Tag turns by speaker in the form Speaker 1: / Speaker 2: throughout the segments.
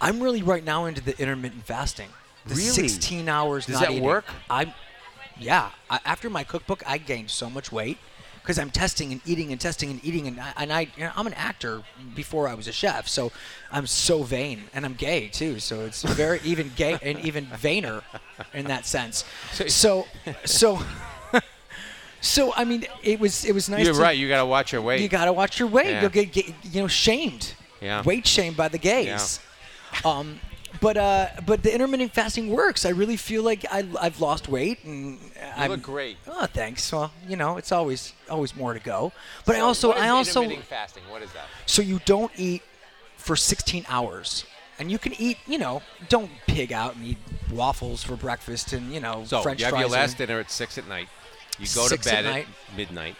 Speaker 1: I'm really right now into the intermittent fasting. The
Speaker 2: Really?
Speaker 1: 16 hours.
Speaker 2: Does
Speaker 1: not
Speaker 2: that
Speaker 1: eating.
Speaker 2: work?
Speaker 1: I'm, yeah. I, after my cookbook, I gained so much weight because I'm testing and eating and testing and eating and I, and I you know, I'm an actor before I was a chef, so I'm so vain and I'm gay too, so it's very even gay and even vainer in that sense. So so so, I mean, it was it was nice.
Speaker 2: You're
Speaker 1: to-
Speaker 2: right. You got to watch your weight.
Speaker 1: you gotta watch your weight.
Speaker 2: Yeah.
Speaker 1: You'll get, get you know shamed.
Speaker 2: Yeah.
Speaker 1: Weight shamed by the gays. Um, but uh, but the intermittent fasting works. I really feel like I, I've lost weight and I
Speaker 2: look great.
Speaker 1: Oh, thanks. Well, you know, it's always always more to go. But I also I also
Speaker 2: fasting. What is that?
Speaker 1: so you don't eat for 16 hours. And you can eat, you know, don't pig out and eat waffles for breakfast and, you know,
Speaker 2: So
Speaker 1: French
Speaker 2: you have
Speaker 1: fries.
Speaker 2: your last
Speaker 1: and,
Speaker 2: dinner at six at night. You go
Speaker 1: Six
Speaker 2: to
Speaker 1: at
Speaker 2: bed at,
Speaker 1: night.
Speaker 2: midnight.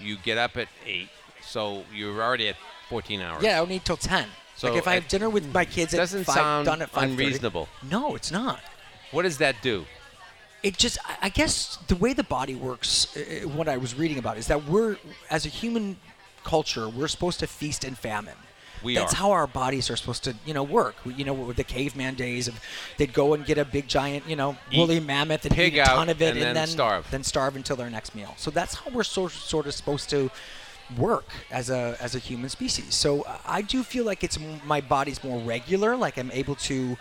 Speaker 2: You get up at eight. So you're already at 14 hours.
Speaker 1: Yeah, I don't eat till 10.
Speaker 2: So
Speaker 1: like if I have
Speaker 2: it
Speaker 1: dinner with my kids at
Speaker 2: doesn't
Speaker 1: 5,
Speaker 2: sound
Speaker 1: done at 5:30.
Speaker 2: unreasonable.
Speaker 1: No, it's not.
Speaker 2: What does that do?
Speaker 1: it just I- i guess the way the body works uh, uh, what i was reading about is that we're as a human culture we're supposed to feast and famine
Speaker 2: We
Speaker 1: that's
Speaker 2: are.
Speaker 1: how our bodies are supposed to you know work We- you know with the caveman days of they'd go and get a big giant you know
Speaker 2: Eat
Speaker 1: woolly mammoth and
Speaker 2: pig
Speaker 1: eat a ton
Speaker 2: out
Speaker 1: of it
Speaker 2: and then starve.
Speaker 1: then starve until their next meal so that's how we're so, sort of supposed to work as a as a human species so I- i do feel like it's m- my body's more regular like i'm able to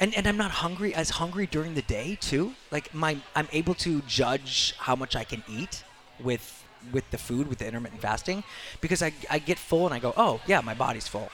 Speaker 1: and and I'm not hungry as hungry during the day too. Like my I'm able to judge how much I can eat with with the food with the intermittent fasting because I I get full and I go, "Oh, yeah, my body's full."